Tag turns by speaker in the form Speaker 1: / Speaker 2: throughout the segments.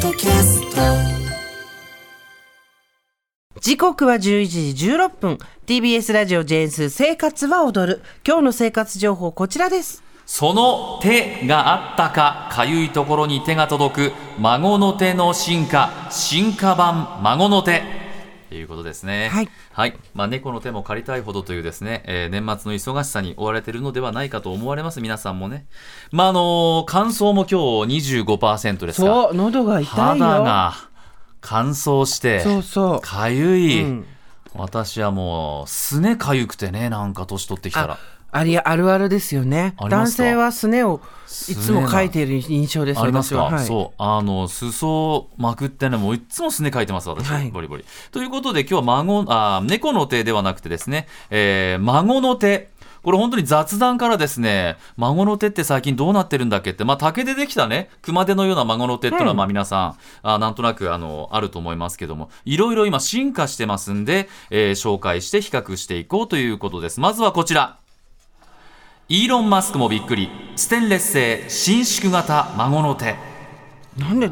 Speaker 1: ドキャスト
Speaker 2: 時刻は11時16分 TBS ラジオ JS 生活は踊る今日の生活情報こちらです
Speaker 3: その手があったか、かゆいところに手が届く、孫の手の進化、進化版孫の手。ということですね。
Speaker 2: はい
Speaker 3: まあ、猫の手も借りたいほどというですね、えー年末の忙しさに追われているのではないかと思われます、皆さんもね。まあ、あのー乾燥も今日25%ですか。
Speaker 2: そう喉が痛いよ
Speaker 3: 肌が乾燥して、
Speaker 2: そうそう
Speaker 3: かゆい。
Speaker 2: うん
Speaker 3: 私はもう、すねかゆくてね、なんか年取ってきたら
Speaker 2: あ。ありあるあるですよね
Speaker 3: ありま
Speaker 2: 男
Speaker 3: すか
Speaker 2: 性はすねをいつも描いている印象です
Speaker 3: あります
Speaker 2: 私
Speaker 3: か、
Speaker 2: は、はい、
Speaker 3: そうあの裾まくってねもういっつもすねかいてます私、
Speaker 2: はい
Speaker 3: ボリボリということで今日は孫あ猫の手ではなくてですね、えー孫の手これ本当に雑談からですね、孫の手って最近どうなってるんだっけって、まあ竹でできたね、熊手のような孫の手っていうのはまあ皆さん、あなんとなくあの、あると思いますけども、いろいろ今進化してますんで、えー紹介して比較していこうということです。まずはこちら。イーロン・マスクもびっくり、ステンレス製伸縮型孫の手。
Speaker 2: なんでイ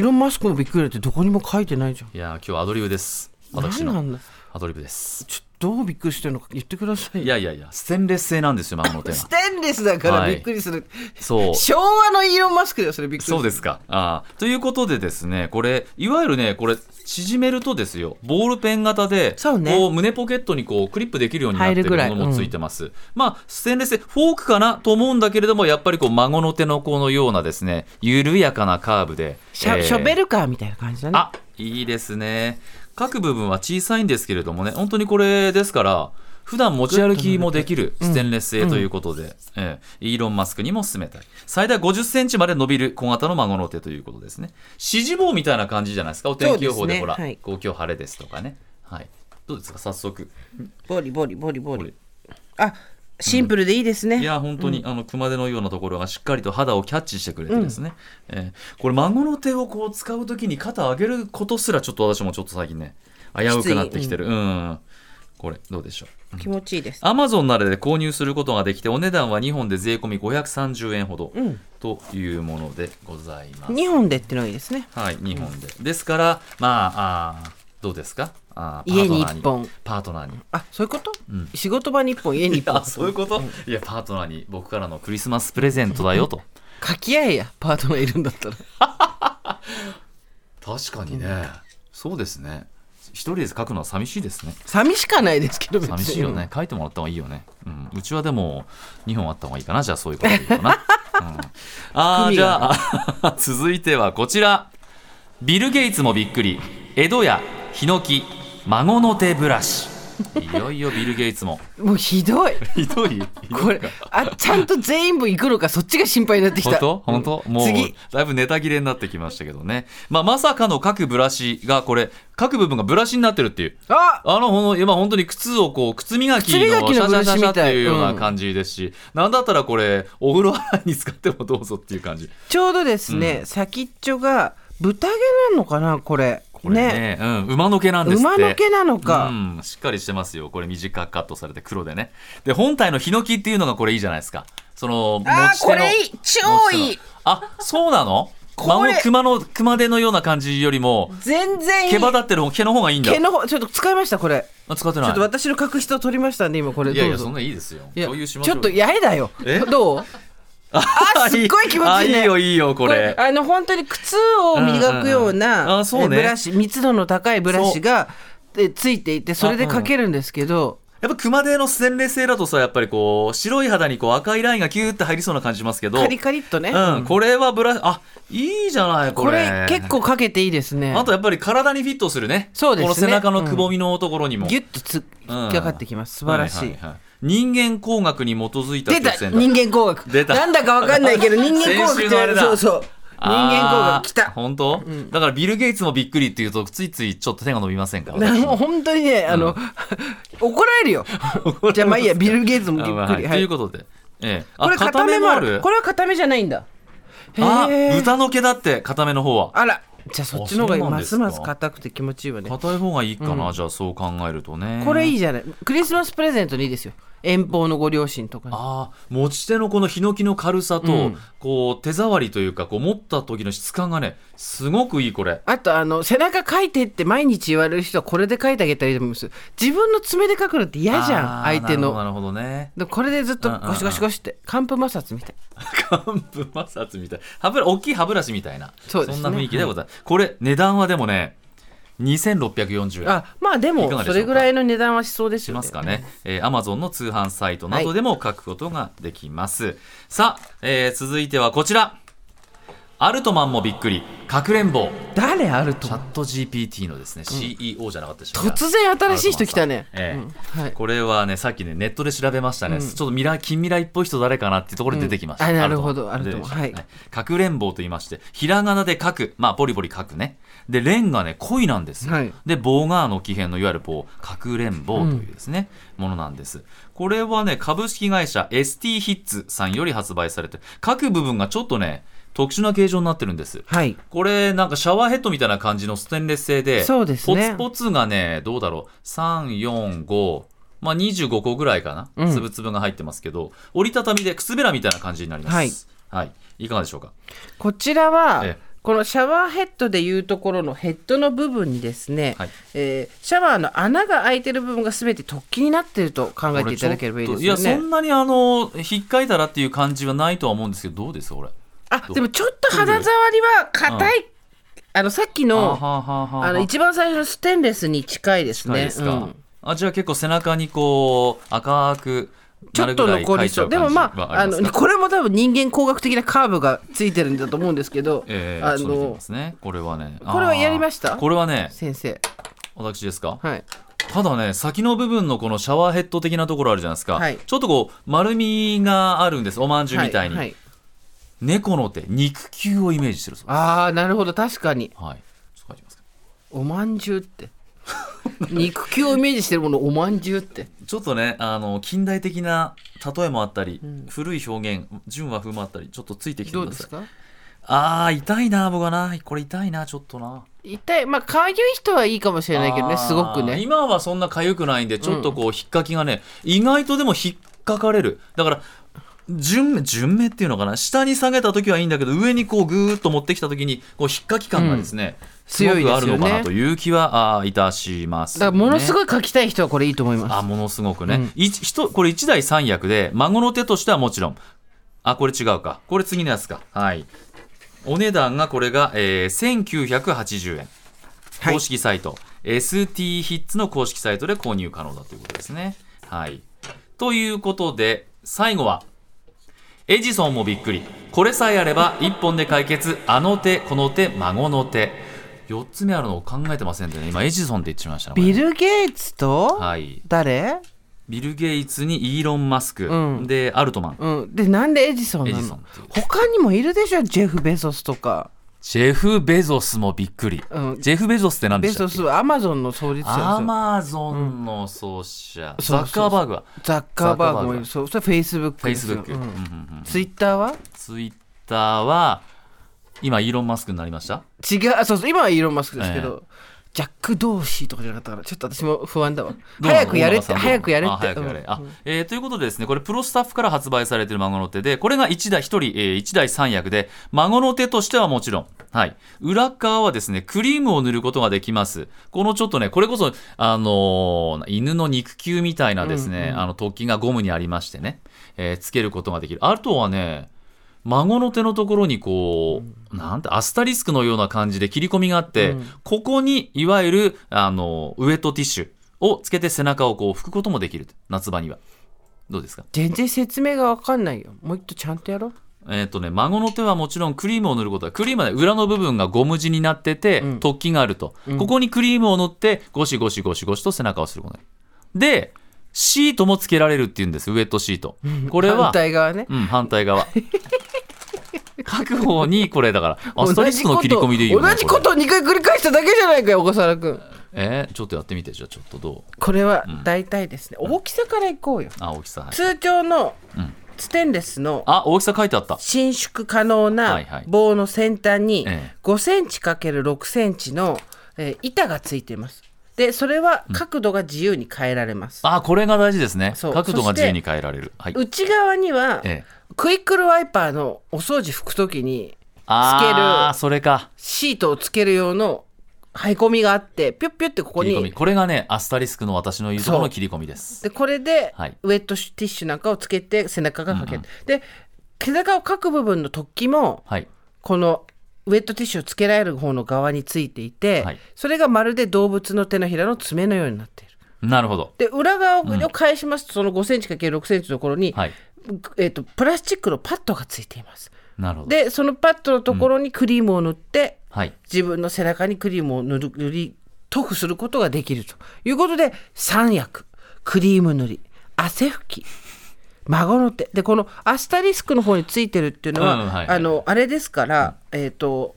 Speaker 2: ーロン・マスクのびっくりってどこにも書いてないじゃん
Speaker 3: いやー今日アドリブです私
Speaker 2: 何な
Speaker 3: の
Speaker 2: んだ
Speaker 3: アドリブです
Speaker 2: ちょっとどうびっくりしてるのか言ってください
Speaker 3: いやいやいやステンレス製なんですよ孫の手 が
Speaker 2: ステンレスだから
Speaker 3: は
Speaker 2: び
Speaker 3: い
Speaker 2: っくりする、
Speaker 3: そう
Speaker 2: 昭和のイーロン・マスクだよそれびっくり
Speaker 3: そうですかあーということでですねこれいわゆるねこれ縮めるとですよボールペン型で
Speaker 2: そうね
Speaker 3: こう胸ポケットにこうクリップできるようになって
Speaker 2: 入るぐ
Speaker 3: る
Speaker 2: らい
Speaker 3: ものもついてます、まあステンレス製フォークかなと思うんだけれどもやっぱりこう孫の手のこのようなですね緩やかなカーブで
Speaker 2: シャ,、
Speaker 3: えー
Speaker 2: ショベルカーみたいな感じだね
Speaker 3: あいいですね各部分は小さいんですけれどもね本当にこれですから普段持ち歩きもできるステンレス製ということで、ええイーロン・マスクにも勧めたい最大5 0センチまで伸びる小型の孫の手ということですね指示棒みたいな感じじゃないですかお天気予報で
Speaker 2: そうですね
Speaker 3: ほら、
Speaker 2: はい
Speaker 3: こう今日晴れですとかね、はい、どうですか早速
Speaker 2: ボリボリボリボ
Speaker 3: これ
Speaker 2: リあシンプルでいいですね、
Speaker 3: いや本当に、あの熊手のようなところがしっかりと肌をキャッチしてくれてですね、えーこれ孫の手をこう使う時に肩上げることすらちょっと私もちょっと最近ね危うくなってきてるうん、これどうでしょう
Speaker 2: 気持ちいいです
Speaker 3: アマゾンなどで購入することができてお値段は2本で税込み530円ほど
Speaker 2: うん
Speaker 3: というものでございます、
Speaker 2: 2本でってのはいいですね
Speaker 3: はい2本でですからまああーどうですかあー
Speaker 2: 家に
Speaker 3: パートナー
Speaker 2: 一本
Speaker 3: パートナーに
Speaker 2: あそういうこと、
Speaker 3: ん
Speaker 2: 仕事場に1本家に
Speaker 3: い
Speaker 2: 1
Speaker 3: や
Speaker 2: 本
Speaker 3: そういうこと、いやパートナーに僕からのクリスマスプレゼントだよと
Speaker 2: 書き合えやパートナーいるんだったら
Speaker 3: 確かにね、そうですね一人で書くのは寂しいです ね
Speaker 2: 寂しかないですけど別に
Speaker 3: 寂しいよね書いてもらった方がいいよね、うん、うちはでも2本あった方がいいかなじゃあそういうことでいいかな、 うん、あー
Speaker 2: 組
Speaker 3: じ
Speaker 2: が
Speaker 3: ゃあ 続いてはこちらビル・ゲイツもびっくり江戸屋ヒノキ孫の手ブラシいよいよビル・ゲイツも
Speaker 2: もうひどい
Speaker 3: ひどい
Speaker 2: これあちゃんと全員分行くのかそっちが心配になってき
Speaker 3: 本
Speaker 2: た
Speaker 3: 当本当、もう
Speaker 2: 次
Speaker 3: だいぶネタ切れになってきましたけどね、まあ、まさかの各ブラシがこれ各部分がブラシになってるっていう
Speaker 2: あ
Speaker 3: あの、ほの、今本当に靴をこう、靴磨きの
Speaker 2: 靴磨きの
Speaker 3: シャシャシャシャっていうよう
Speaker 2: う
Speaker 3: なん感じですし、なんだったらこれ、お風呂洗いに使ってもどうぞっていう感じ。
Speaker 2: ちょうどですね、先っちょが豚毛なのかなこれ
Speaker 3: これね
Speaker 2: ね
Speaker 3: うん、馬の毛なんですって。
Speaker 2: 馬の毛なのか、
Speaker 3: うん、しっかりしてますよ。これ短くカットされて黒でね。で、本体のヒノキっていうのがこれいいじゃないですか。その、
Speaker 2: あー
Speaker 3: 持ち手の
Speaker 2: これいい超いい
Speaker 3: 持ち手のあ、そうなの
Speaker 2: これ
Speaker 3: 孫熊の、熊手のような感じよりも、
Speaker 2: 全然いい
Speaker 3: 毛羽立ってる方毛の方がいいんだ
Speaker 2: 毛。の方ちょっと使いましたこれ
Speaker 3: あ使っ
Speaker 2: ち
Speaker 3: て
Speaker 2: ょ
Speaker 3: な
Speaker 2: っと
Speaker 3: い。
Speaker 2: 私の角質を取りましたんで今これ
Speaker 3: いやい
Speaker 2: どう
Speaker 3: や、
Speaker 2: ぞ
Speaker 3: そんないいですよ。
Speaker 2: いや
Speaker 3: 共有しまし
Speaker 2: ちょ
Speaker 3: ょう
Speaker 2: っと
Speaker 3: よ。
Speaker 2: 八重だよ
Speaker 3: え
Speaker 2: どうあすっごい気持
Speaker 3: あ
Speaker 2: ちいいね
Speaker 3: いいよ、いいよ、これ。
Speaker 2: あの本当に靴を磨くよう
Speaker 3: うんうんうん
Speaker 2: な
Speaker 3: あそうね
Speaker 2: えブラシ密度の高いブラシがえついていてそれでかけるんですけど
Speaker 3: やっぱ熊手のステンレス製だとさやっぱりこう白い肌にこう赤いラインがキューって入りそうな感じしますけど
Speaker 2: カリカリっとね、
Speaker 3: うん、これはブラあいいじゃないこ
Speaker 2: こ
Speaker 3: れ
Speaker 2: れ結構かけていいですね
Speaker 3: あとやっぱり体にフィットするね
Speaker 2: そうですね
Speaker 3: この背中のくぼみのところにも、
Speaker 2: ギュッとつ
Speaker 3: うん
Speaker 2: 引っかかってきます素晴らしい,、
Speaker 3: ははは人間工学に基づいた
Speaker 2: 出た
Speaker 3: 曲線だ
Speaker 2: 人間工学
Speaker 3: 出た
Speaker 2: なんだかわかんないけど人間工学
Speaker 3: 先
Speaker 2: っ
Speaker 3: 週のあれ
Speaker 2: て
Speaker 3: だ
Speaker 2: そうそう間工学来た
Speaker 3: 本当、
Speaker 2: ん
Speaker 3: だからビル・ゲイツもびっくりっていうと、ついついちょっと手が伸びませんか
Speaker 2: なもう 本当にね、あの、 怒られるよ。じゃあまあいいや、ビル・ゲイツもびっ
Speaker 3: あまあ
Speaker 2: くり。
Speaker 3: は
Speaker 2: はい
Speaker 3: とい
Speaker 2: いう
Speaker 3: ことで。ええ、あ
Speaker 2: これ固めもある。こ
Speaker 3: れ
Speaker 2: れは固めじゃないんだ。へ
Speaker 3: あ
Speaker 2: え。
Speaker 3: 豚の毛だって固めの方は
Speaker 2: あら、じゃあそっちの方
Speaker 3: あ
Speaker 2: が
Speaker 3: そうなん
Speaker 2: ま
Speaker 3: です
Speaker 2: す
Speaker 3: か
Speaker 2: ます硬くて気持ちいいわね。
Speaker 3: 硬い方がいいかな、じゃあそう考えるとね
Speaker 2: これいい
Speaker 3: い
Speaker 2: じゃない。クリスマスプレゼントにいいですよ。遠方のご両親とかに。
Speaker 3: ああ持ち手のこのヒノキの軽さと、
Speaker 2: うん
Speaker 3: こう手触りというかこう持った時の質感がねすごくいいこれ
Speaker 2: あとあの背中書いてって毎日言われる人はこれで書いてあげたらいいと思います自分の爪で書くのって嫌じゃん
Speaker 3: あー
Speaker 2: 相手の
Speaker 3: なるほどなるほどね
Speaker 2: でこれでずっと
Speaker 3: うんうんうん
Speaker 2: ゴシゴシゴシって寒風摩擦みたい
Speaker 3: 幹部摩擦みたい歯ブラ大きい歯ブラシみたいな
Speaker 2: そうですね
Speaker 3: んな雰囲気でございます、これ値段はでもね2640円
Speaker 2: あまあで
Speaker 3: いかが
Speaker 2: も
Speaker 3: でし
Speaker 2: そ
Speaker 3: ょ
Speaker 2: う
Speaker 3: か
Speaker 2: れぐらいの値段はしそうです
Speaker 3: し
Speaker 2: よね
Speaker 3: ますかね、えー、Amazon の通販サイトなどでも書くことができます、さあ、えー続いてはこちらアルトマンもびっくりかくれんぼ
Speaker 2: 誰あると
Speaker 3: チャット GPT のですね、CEO じゃなかったでしょうか
Speaker 2: 突然新しい人来たね、
Speaker 3: ええ
Speaker 2: うんはい、
Speaker 3: これはねさっきねネットで調べましたね、
Speaker 2: うん
Speaker 3: ちょっと未来近未来っぽい人誰かなっていうところで出てきました、
Speaker 2: うんあなるほど
Speaker 3: と思う
Speaker 2: あると思う
Speaker 3: 出てきましたねかくれんぼうと言いましてひらがなで書くまあボリボリ書くねでレンがね恋なんですよ、
Speaker 2: はい
Speaker 3: で棒がの起源のいわゆるこうかくれんぼうというですね、ものなんですこれはね株式会社 ST ヒッツさんより発売されて書く部分がちょっとね特殊な形状になってるんです
Speaker 2: はい、
Speaker 3: これなんかシャワーヘッドみたいな感じのステンレス製で
Speaker 2: そうですね
Speaker 3: ポツポツがねどうだろう345まあ25個ぐらいか
Speaker 2: う
Speaker 3: な、
Speaker 2: ん
Speaker 3: 粒々が入ってますけど、折りたたみで靴べらみたいな感じになります。はい、い、かがでしょうか。
Speaker 2: こちらは、
Speaker 3: ええ
Speaker 2: このシャワーヘッドでいうところのヘッドの部分にですね、
Speaker 3: はい
Speaker 2: えーシャワーの穴が開いてる部分が全て突起になってると考えていただければいいですよ
Speaker 3: これちょっといや、
Speaker 2: ね
Speaker 3: そんなにあの、引っかいたらっていう感じはないとは思うんですけど、どうですこれ。
Speaker 2: あでもちょっと肌触りは硬い、あのさっき
Speaker 3: あ
Speaker 2: の
Speaker 3: ははは
Speaker 2: あの一番最初のステンレスに近いですね
Speaker 3: 近いですか、
Speaker 2: うん
Speaker 3: あ、じゃあ結構背中にこう、赤く
Speaker 2: ち
Speaker 3: な
Speaker 2: ょっ
Speaker 3: る
Speaker 2: と
Speaker 3: ぐらい
Speaker 2: 残
Speaker 3: 書
Speaker 2: り
Speaker 3: いちゃ
Speaker 2: そうう
Speaker 3: 感じ
Speaker 2: でもま
Speaker 3: は
Speaker 2: あ
Speaker 3: あ
Speaker 2: あ
Speaker 3: ります
Speaker 2: の
Speaker 3: か
Speaker 2: これも多分人間工学的なカーブがついてるんだと思うんですけど、
Speaker 3: ええ
Speaker 2: あ
Speaker 3: ちょっと見てみ
Speaker 2: の
Speaker 3: ますね。これはね。
Speaker 2: これはやりました
Speaker 3: あーこれはね、
Speaker 2: 先生
Speaker 3: 私ですか。
Speaker 2: はい
Speaker 3: ただね、先の部分のこのシャワーヘッド的なところあるじゃないですか。
Speaker 2: はい
Speaker 3: ちょっとこう丸みがあるんです。お饅頭みたいに。
Speaker 2: ははい
Speaker 3: 猫の手、肉球をイメージしてるそうで
Speaker 2: ああなるほど確かに
Speaker 3: す。はい。ちょっと書いてますか
Speaker 2: おまんじゅうって 肉球をイメージしてるものおまんじゅう って
Speaker 3: ちょっとね、あの近代的な例えもあったり、古い表現、純和風もあったり、ちょっとついてきて
Speaker 2: どう
Speaker 3: くだ
Speaker 2: で
Speaker 3: さ
Speaker 2: す
Speaker 3: い。
Speaker 2: か
Speaker 3: ああ、痛いな、僕はな、これ痛いな、ちょっとな。
Speaker 2: 痛いまあかゆい人はいいかもしれないけど
Speaker 3: あ
Speaker 2: ね
Speaker 3: ー
Speaker 2: すごくね
Speaker 3: 今はそんな痒くないんでちょっとこう引っかきがね、意外とでも引っかかれるだから順目順目っていうのかな下に下げた時はいいんだけど上にこうぐーっと持ってきた時にこう引っかき感がですね、すご
Speaker 2: 強い
Speaker 3: く
Speaker 2: で
Speaker 3: あ
Speaker 2: す
Speaker 3: る
Speaker 2: よね
Speaker 3: のかなという気はあーいたします、
Speaker 2: だからものす
Speaker 3: い
Speaker 2: ごい書きたい人はこれいいと思います
Speaker 3: あものすごく
Speaker 2: う
Speaker 3: ね
Speaker 2: ん、
Speaker 3: 一一これ1台3役で孫の手としてはもちろんあこれ違うかこれ次のやつかはいお値段がこれが、えー1980円
Speaker 2: はい
Speaker 3: 公式サイト、ST ヒッツの公式サイトで購入可能だということですね。はい。ということで、最後は、エジソンもびっくり。これさえあれば、一本で解決。あの手、この手、孫の手。4つ目あるのを考えてませんでね。今、エジソンって言っちゃいましたねこれ
Speaker 2: ビル・ゲイツと
Speaker 3: はい。
Speaker 2: 誰
Speaker 3: ビル・ゲイツにイーロン・マスク。
Speaker 2: うん
Speaker 3: で、アルトマン。
Speaker 2: うん、でなんでエジソンな
Speaker 3: エジソン
Speaker 2: の
Speaker 3: っていう
Speaker 2: 他にもいるでしょジェフ・ベゾスとか、
Speaker 3: ジェフ・ベゾスもびっくり。
Speaker 2: うん、
Speaker 3: ジェフ・ベゾスって何で
Speaker 2: ベ
Speaker 3: し
Speaker 2: ゾ
Speaker 3: たっけ
Speaker 2: スはアマゾンの創立者です
Speaker 3: ア
Speaker 2: よ
Speaker 3: マゾンの創始者。
Speaker 2: そう
Speaker 3: ザ
Speaker 2: そう
Speaker 3: ッカーバーグは。
Speaker 2: ザッカーバーグもいる
Speaker 3: ザ
Speaker 2: そうそれフェイスブック
Speaker 3: フェイ
Speaker 2: です
Speaker 3: スブ
Speaker 2: よ
Speaker 3: ック。
Speaker 2: うん
Speaker 3: うんうんうん
Speaker 2: ツイッターは
Speaker 3: ツイッターは今イーロン・マスクになりました
Speaker 2: 違うあそうそう今はイーロン・マスクですけど、ジャック・ドーシーとかじゃなかったからちょっと私も不安だわ
Speaker 3: どうなの
Speaker 2: 早くやれって
Speaker 3: 大野さんどうなの
Speaker 2: 早くやれって
Speaker 3: あ早くやれ
Speaker 2: うん
Speaker 3: あえーということでですねこれプロスタッフから発売されている孫の手でこれが1台1人、え1台3役で孫の手としてはもちろん、はい、裏側はですねクリームを塗ることができますこのちょっとねこれこそ、あのー犬の肉球みたいなですね、あの突起がゴムにありましてね、えーつけることができるあとはね孫の手のところにこう、なんてアスタリスクのような感じで切り込みがあって、
Speaker 2: うん
Speaker 3: ここにいわゆるあのウエットティッシュをつけて背中をこう拭くこともできる夏場にはどうですか
Speaker 2: 全然説明が分かんないよもう一度ちゃんとやろう
Speaker 3: えっ、とね孫の手はもちろんクリームを塗ることはクリームはね裏の部分がゴム地になってて、
Speaker 2: うん
Speaker 3: 突起があると、
Speaker 2: ん
Speaker 3: ここにクリームを塗ってゴシゴシゴシゴシと背中をすることになるでシートもつけられるっていうんですウエットシートこれ
Speaker 2: 反
Speaker 3: は
Speaker 2: 対側ね
Speaker 3: うん、反対側。各方にこれだからアスタリスクの切り込みでいいよね
Speaker 2: 同じこと
Speaker 3: れ
Speaker 2: を2回繰り返しただけじゃないかよ小笠原君
Speaker 3: えーちょっとやってみてじゃあちょっとどう
Speaker 2: これは大体ですね、大きさからいこうよ
Speaker 3: あ大きさはい
Speaker 2: 通常の
Speaker 3: うん
Speaker 2: ステンレスの
Speaker 3: あ大きさ書いてあった
Speaker 2: 伸縮可能
Speaker 3: は
Speaker 2: ない
Speaker 3: はい
Speaker 2: 棒の先端に
Speaker 3: ええ
Speaker 2: 5センチ ×6 センチのえー板がついていますでそれは角度が自由に変えられます、
Speaker 3: あこれが大事ですね
Speaker 2: そう
Speaker 3: 角度が自由に変えられるはい
Speaker 2: 内側には
Speaker 3: ええ
Speaker 2: クイックルワイパーのお掃除拭くときに
Speaker 3: あーそれか
Speaker 2: シートをつける用のはり込みがあってピュッピュッてここ
Speaker 3: 切り込み
Speaker 2: に
Speaker 3: これがねアスタリスクの私の言うところ
Speaker 2: そ
Speaker 3: の
Speaker 2: う
Speaker 3: 切り込みです
Speaker 2: でこれで
Speaker 3: はい
Speaker 2: ウェットティッシュなんかをつけて背中がかける、で背中をかく部分の突起も
Speaker 3: はい
Speaker 2: このウェットティッシュをつけられる方の側についていて、
Speaker 3: はい
Speaker 2: それがまるで動物の手のひらの爪のようになっている。
Speaker 3: なるほど
Speaker 2: で裏側を返しますと、その5センチ ×6 センチのところに、
Speaker 3: はい
Speaker 2: えー、とプラスチックのパッドがついています。
Speaker 3: なるほど
Speaker 2: でそのパッドのところにクリームを塗って、
Speaker 3: はい
Speaker 2: 自分の背中にクリームを塗る塗り塗布することができるということで三役クリーム塗り汗拭き孫の手でこのアスタリスクの方についてるっていうのは、
Speaker 3: うんはいはい
Speaker 2: あのあれですから、えっ、と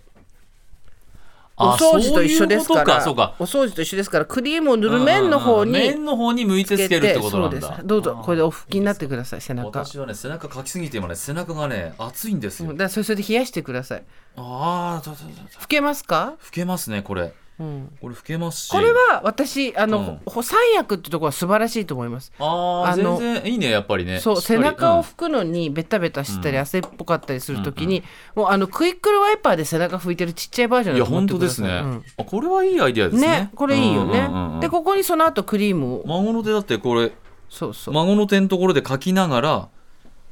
Speaker 2: お
Speaker 3: あ
Speaker 2: 掃除と一緒ですから
Speaker 3: そういうことか
Speaker 2: お掃除と一緒ですからクリームを塗
Speaker 3: そうか
Speaker 2: る面の方
Speaker 3: うんうんうん
Speaker 2: に
Speaker 3: 面の方に向いて
Speaker 2: つ
Speaker 3: つ
Speaker 2: け
Speaker 3: けるって
Speaker 2: て
Speaker 3: こと
Speaker 2: そ
Speaker 3: な
Speaker 2: うんです
Speaker 3: だ
Speaker 2: どうぞこれでお拭きになってください背中
Speaker 3: 私はね背中かきすぎて今ね背中がね熱いんです
Speaker 2: うん
Speaker 3: よ、
Speaker 2: だからそれそれで冷やしてください
Speaker 3: ああだだだだ
Speaker 2: 拭けますか、
Speaker 3: 吹けますねこれ
Speaker 2: うん、
Speaker 3: これ吹けますし
Speaker 2: これは私あ
Speaker 3: うん
Speaker 2: の、ほ三役ってところは素晴らしいと思います
Speaker 3: ああ
Speaker 2: あの
Speaker 3: 全然いいねやっぱりね
Speaker 2: そう
Speaker 3: しっか
Speaker 2: 背
Speaker 3: り
Speaker 2: 中を
Speaker 3: うん
Speaker 2: 拭くのにベタベタしたり汗っぽかったりするときに、もうあのクイックルワイパーで背中拭いてるちっちゃいバージョン
Speaker 3: い
Speaker 2: だ
Speaker 3: や
Speaker 2: と思っ
Speaker 3: 本
Speaker 2: て
Speaker 3: 当
Speaker 2: く
Speaker 3: で
Speaker 2: だ
Speaker 3: す
Speaker 2: さい
Speaker 3: ね、あこれはいいアイディアですね
Speaker 2: ねこれいいよね、
Speaker 3: うんうんうんうん
Speaker 2: でここにその後クリームを、
Speaker 3: 孫の手だってこれ
Speaker 2: そうそう、
Speaker 3: 孫の手のところで書きながら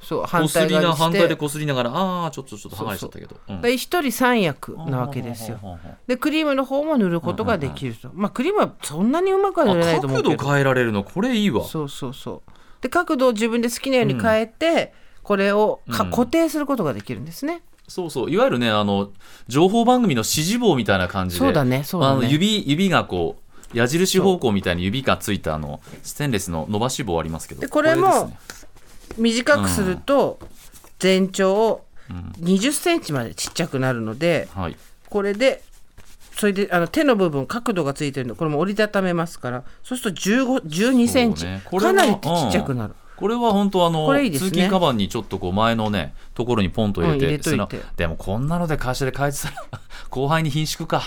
Speaker 2: そう反
Speaker 3: こす
Speaker 2: 対
Speaker 3: りな
Speaker 2: 側
Speaker 3: 反
Speaker 2: にし
Speaker 3: 対で
Speaker 2: て
Speaker 3: こすりながらああちょっとちょっと剥がれちゃったけどうん
Speaker 2: で一人三役なわけですよ
Speaker 3: ほうほうほうほう
Speaker 2: でクリームの方も塗ることができると、まあクリームはそんなにうまくは塗れない
Speaker 3: あ
Speaker 2: と思
Speaker 3: 角
Speaker 2: うけ
Speaker 3: 度
Speaker 2: ど
Speaker 3: 変えられるのこれいいわ
Speaker 2: そうそうそうで角度を自分で好きなように変えて、これをか
Speaker 3: うん
Speaker 2: 固定することができるんですね、
Speaker 3: そうそういわゆるねあの情報番組の指示棒みたいな感じで
Speaker 2: そうだねそうだね
Speaker 3: あの指指がこう矢印方向みたいに指がついたあのステンレスの伸ばし棒ありますけど
Speaker 2: でこれも
Speaker 3: ですね
Speaker 2: 短くすると全長を20センチまでちっちゃくなるので
Speaker 3: はい
Speaker 2: これでそれであの手の部分角度がついてるのこれも折りたためますからそうすると15 12センチ、
Speaker 3: そうねこれは
Speaker 2: かなりちっちゃくなる、
Speaker 3: これは本当あの
Speaker 2: これいいですね
Speaker 3: 通勤カバンにちょっとこう前のねところにポンと入れて,
Speaker 2: うん入れといて
Speaker 3: そのでもこんなので会社で返したら 後輩に貧縮か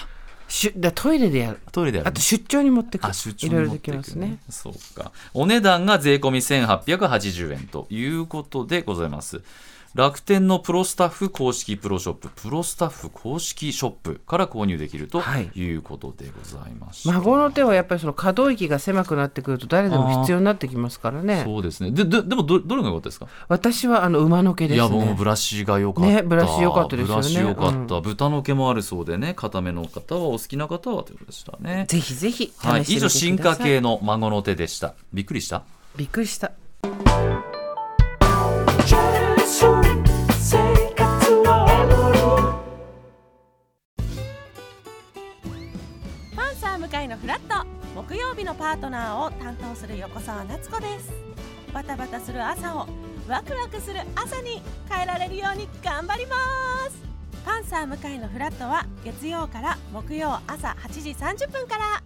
Speaker 2: しゅだトイレでやる
Speaker 3: トイレだよ、ね、
Speaker 2: あと出張に持ってく
Speaker 3: あ出張
Speaker 2: い
Speaker 3: に
Speaker 2: ろいろ
Speaker 3: 持
Speaker 2: で
Speaker 3: って
Speaker 2: き
Speaker 3: いく
Speaker 2: ますね
Speaker 3: そうかお値段が税込み1880円ということでございます楽天のプロスタッフ公式プロショッププロスタッフ公式ショップから購入できると
Speaker 2: はい
Speaker 3: いうことでございました、
Speaker 2: 孫の手はやっぱりその可動域が狭くなってくると誰でも必要になってきますからね
Speaker 3: そうですねでででもどどれが良かったですか
Speaker 2: 私はあの馬の毛で
Speaker 3: いや
Speaker 2: す
Speaker 3: もう
Speaker 2: ね
Speaker 3: ブラシが良かった、
Speaker 2: ねブラシ良かったですよね
Speaker 3: ブラシ良かった、豚の毛もあるそうでね固めの方はお好きな方はということでしたね
Speaker 2: ぜひぜひ試してみてくださ、
Speaker 3: はいい以上進化系の孫の手でしたびっくりした
Speaker 2: びっくりした
Speaker 4: パンサー向井のフラット木曜日のパートナーを担当する横澤夏子ですバタバタする朝をワクワクする朝に変えられるように頑張りますパンサー向井のフラットは月曜から木曜朝8時30分から